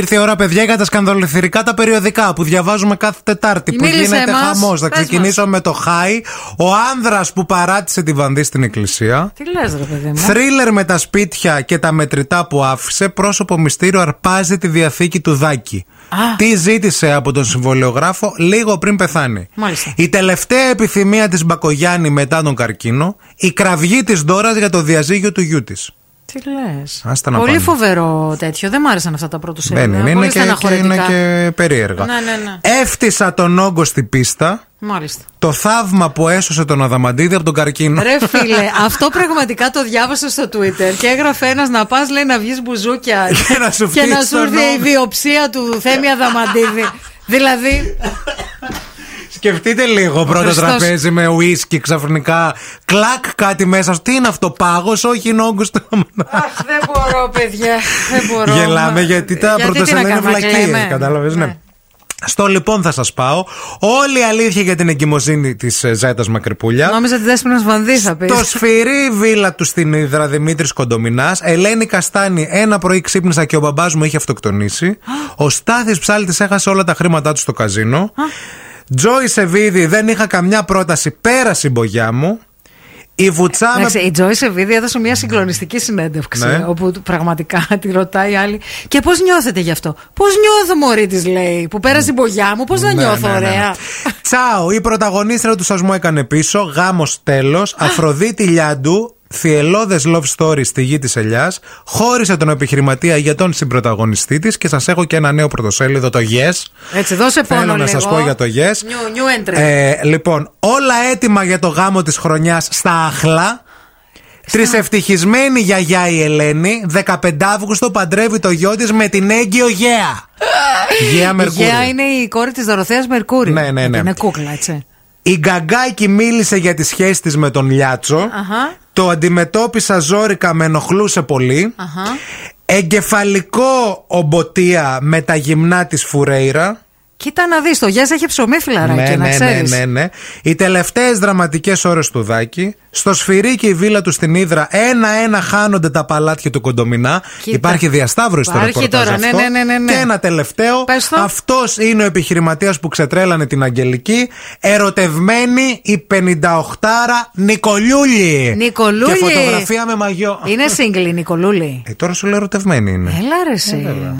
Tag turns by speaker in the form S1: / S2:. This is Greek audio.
S1: Ήρθε η ώρα, παιδιά, για τα σκανδαλοθυρικά τα περιοδικά που διαβάζουμε κάθε Τετάρτη. Που
S2: Μίλησε
S1: γίνεται
S2: μας.
S1: χαμός. Θα
S2: Πες μας.
S1: ξεκινήσω με το Χάι. Ο άνδρας που παράτησε τη βανδί στην εκκλησία.
S2: Τι λες, ρε παιδί μου.
S1: Θρίλερ με τα σπίτια και τα μετρητά που άφησε. Πρόσωπο μυστήριο αρπάζει τη διαθήκη του Δάκη. Τι ζήτησε από τον συμβολιογράφο λίγο πριν πεθάνει.
S2: Μάλιστα.
S1: Η τελευταία επιθυμία της Μπακογιάννη μετά τον καρκίνο. Η κραυγή της Ντόρας για το διαζύγιο του γιού της.
S2: Τι λες.
S1: Άστα να
S2: Πολύ
S1: πάνε.
S2: φοβερό τέτοιο. Δεν μ' άρεσαν αυτά τα πρώτου
S1: Δεν
S2: σελίδα.
S1: Ναι, είναι, είναι και, και, είναι και περίεργα.
S2: Ναι, ναι, ναι.
S1: Έφτισα τον όγκο στη πίστα.
S2: Μάλιστα.
S1: Το θαύμα που έσωσε τον Αδαμαντίδη από τον καρκίνο.
S2: Ρε φίλε, αυτό πραγματικά το διάβασα στο Twitter και έγραφε ένας να πας, λέει, να βγεις μπουζούκια.
S1: Και να σου
S2: και
S1: φτύξει
S2: να σου
S1: τον
S2: έρθει η
S1: νόμο.
S2: βιοψία του Θέμη Αδαμαντίδη. δηλαδή,
S1: Σκεφτείτε λίγο πρώτο
S2: Χριστός.
S1: τραπέζι με ουίσκι ξαφνικά. Κλακ κάτι μέσα. Τι είναι αυτό, πάγος, όχι είναι όγκος του Αδαμαντίδη.
S2: αχ, δεν μπορώ, παιδιά. Δεν μπορώ.
S1: Γελάμε γιατί τα
S2: τι να
S1: πρωτοσέλιδα είναι
S2: κάνουμε, κλαίμε.
S1: βλακίε. Κατάλαβες, ναι. Στο λοιπόν θα σας πάω Όλη η αλήθεια για την εγκυμοσύνη της ε, Ζέτας Μακρυπούλια
S2: Νόμιζα ότι δεν σπίνα βανδύ θα πεις.
S1: Το σφυρί βίλα του στην Ήδρα Δημήτρης Κοντομινάς. Ελένη Καστάνη, ένα πρωί ξύπνησα και ο μπαμπάς μου είχε αυτοκτονήσει. ο Στάθης Ψάλτης έχασε όλα τα χρήματά του στο καζίνο. Τζόι Σεβίδη, δεν είχα καμιά πρόταση, πέρασε η μπογιά μου. Η βουτσά με.
S2: Εντάξει, η Τζόι Σεβίδη έδωσε μια συγκλονιστική συνέντευξη.
S1: Ναι.
S2: Όπου πραγματικά τη ρωτάει η άλλη. Και πώς νιώθετε γι' αυτό. Πώς νιώθω, Μωρή της λέει, που πέρασε η μπογιά μου, πώς να
S1: Ναι,
S2: νιώθω,
S1: ναι, ναι, ναι.
S2: ωραία.
S1: Τσάο, η πρωταγωνίστρια του σας μου έκανε πίσω. Γάμος τέλος. Αφροδίτη Λιάντου. Θυελώδες love story στη γη της Ελιάς. Χώρισε τον επιχειρηματία για τον συμπροταγωνιστή της και σας έχω και ένα νέο πρωτοσέλιδο, το Yes.
S2: Έτσι, δώσε πόνο
S1: Θέλω να
S2: λίγο.
S1: σα πω για το yes.
S2: New, new entry.
S1: Ε, λοιπόν, όλα έτοιμα για το γάμο της χρονιάς στα Αχλά. Τρισευτυχισμένη γιαγιά η Ελένη, 15 Αύγουστο παντρεύει το γιο της με την έγκυο Γέα. Γέα
S2: Η
S1: Μερκούρη.
S2: Γέα είναι η κόρη της Δωροθέας Μερκούρη.
S1: Ναι, ναι, ναι.
S2: Είναι κούκλα, έτσι.
S1: Η Γκαγκάκη μίλησε για τη σχέση της με τον Λιάτσο.
S2: Αχα.
S1: Το αντιμετώπισα ζόρικα, με ενοχλούσε πολύ.
S2: Αχα.
S1: Εγκεφαλικό ομποτία με τα γυμνά της Φουρέιρα.
S2: Κοίτα να δεις, το Γιάννη έχει ψωμί φιλαράκι,
S1: ναι,
S2: να
S1: ναι,
S2: ξέρεις.
S1: ναι, ναι, ναι. Οι τελευταίες δραματικές ώρες του Δάκη. Στο σφυρί και η βίλα του στην Ήδρα ένα-ένα χάνονται τα παλάτια του Κοντομινά.
S2: Κοίτα.
S1: Υπάρχει διασταύρωση στο
S2: Υπάρχει
S1: ρεπορτάζ
S2: τώρα, ναι,
S1: αυτό.
S2: ναι, ναι, ναι, ναι.
S1: Και ένα τελευταίο.
S2: Πες το.
S1: Αυτός είναι ο επιχειρηματίας που ξετρέλανε την Αγγελική. Ερωτευμένη η 58άρα Νικολιούλη.
S2: Νικολούλη. Ε,
S1: Και φωτογραφία με μαγιό.
S2: Είναι σύγκλι, Νικολούλη.
S1: Ε, τώρα σου λέω ερωτευμένη είναι.
S2: Έλα ρε εσύ.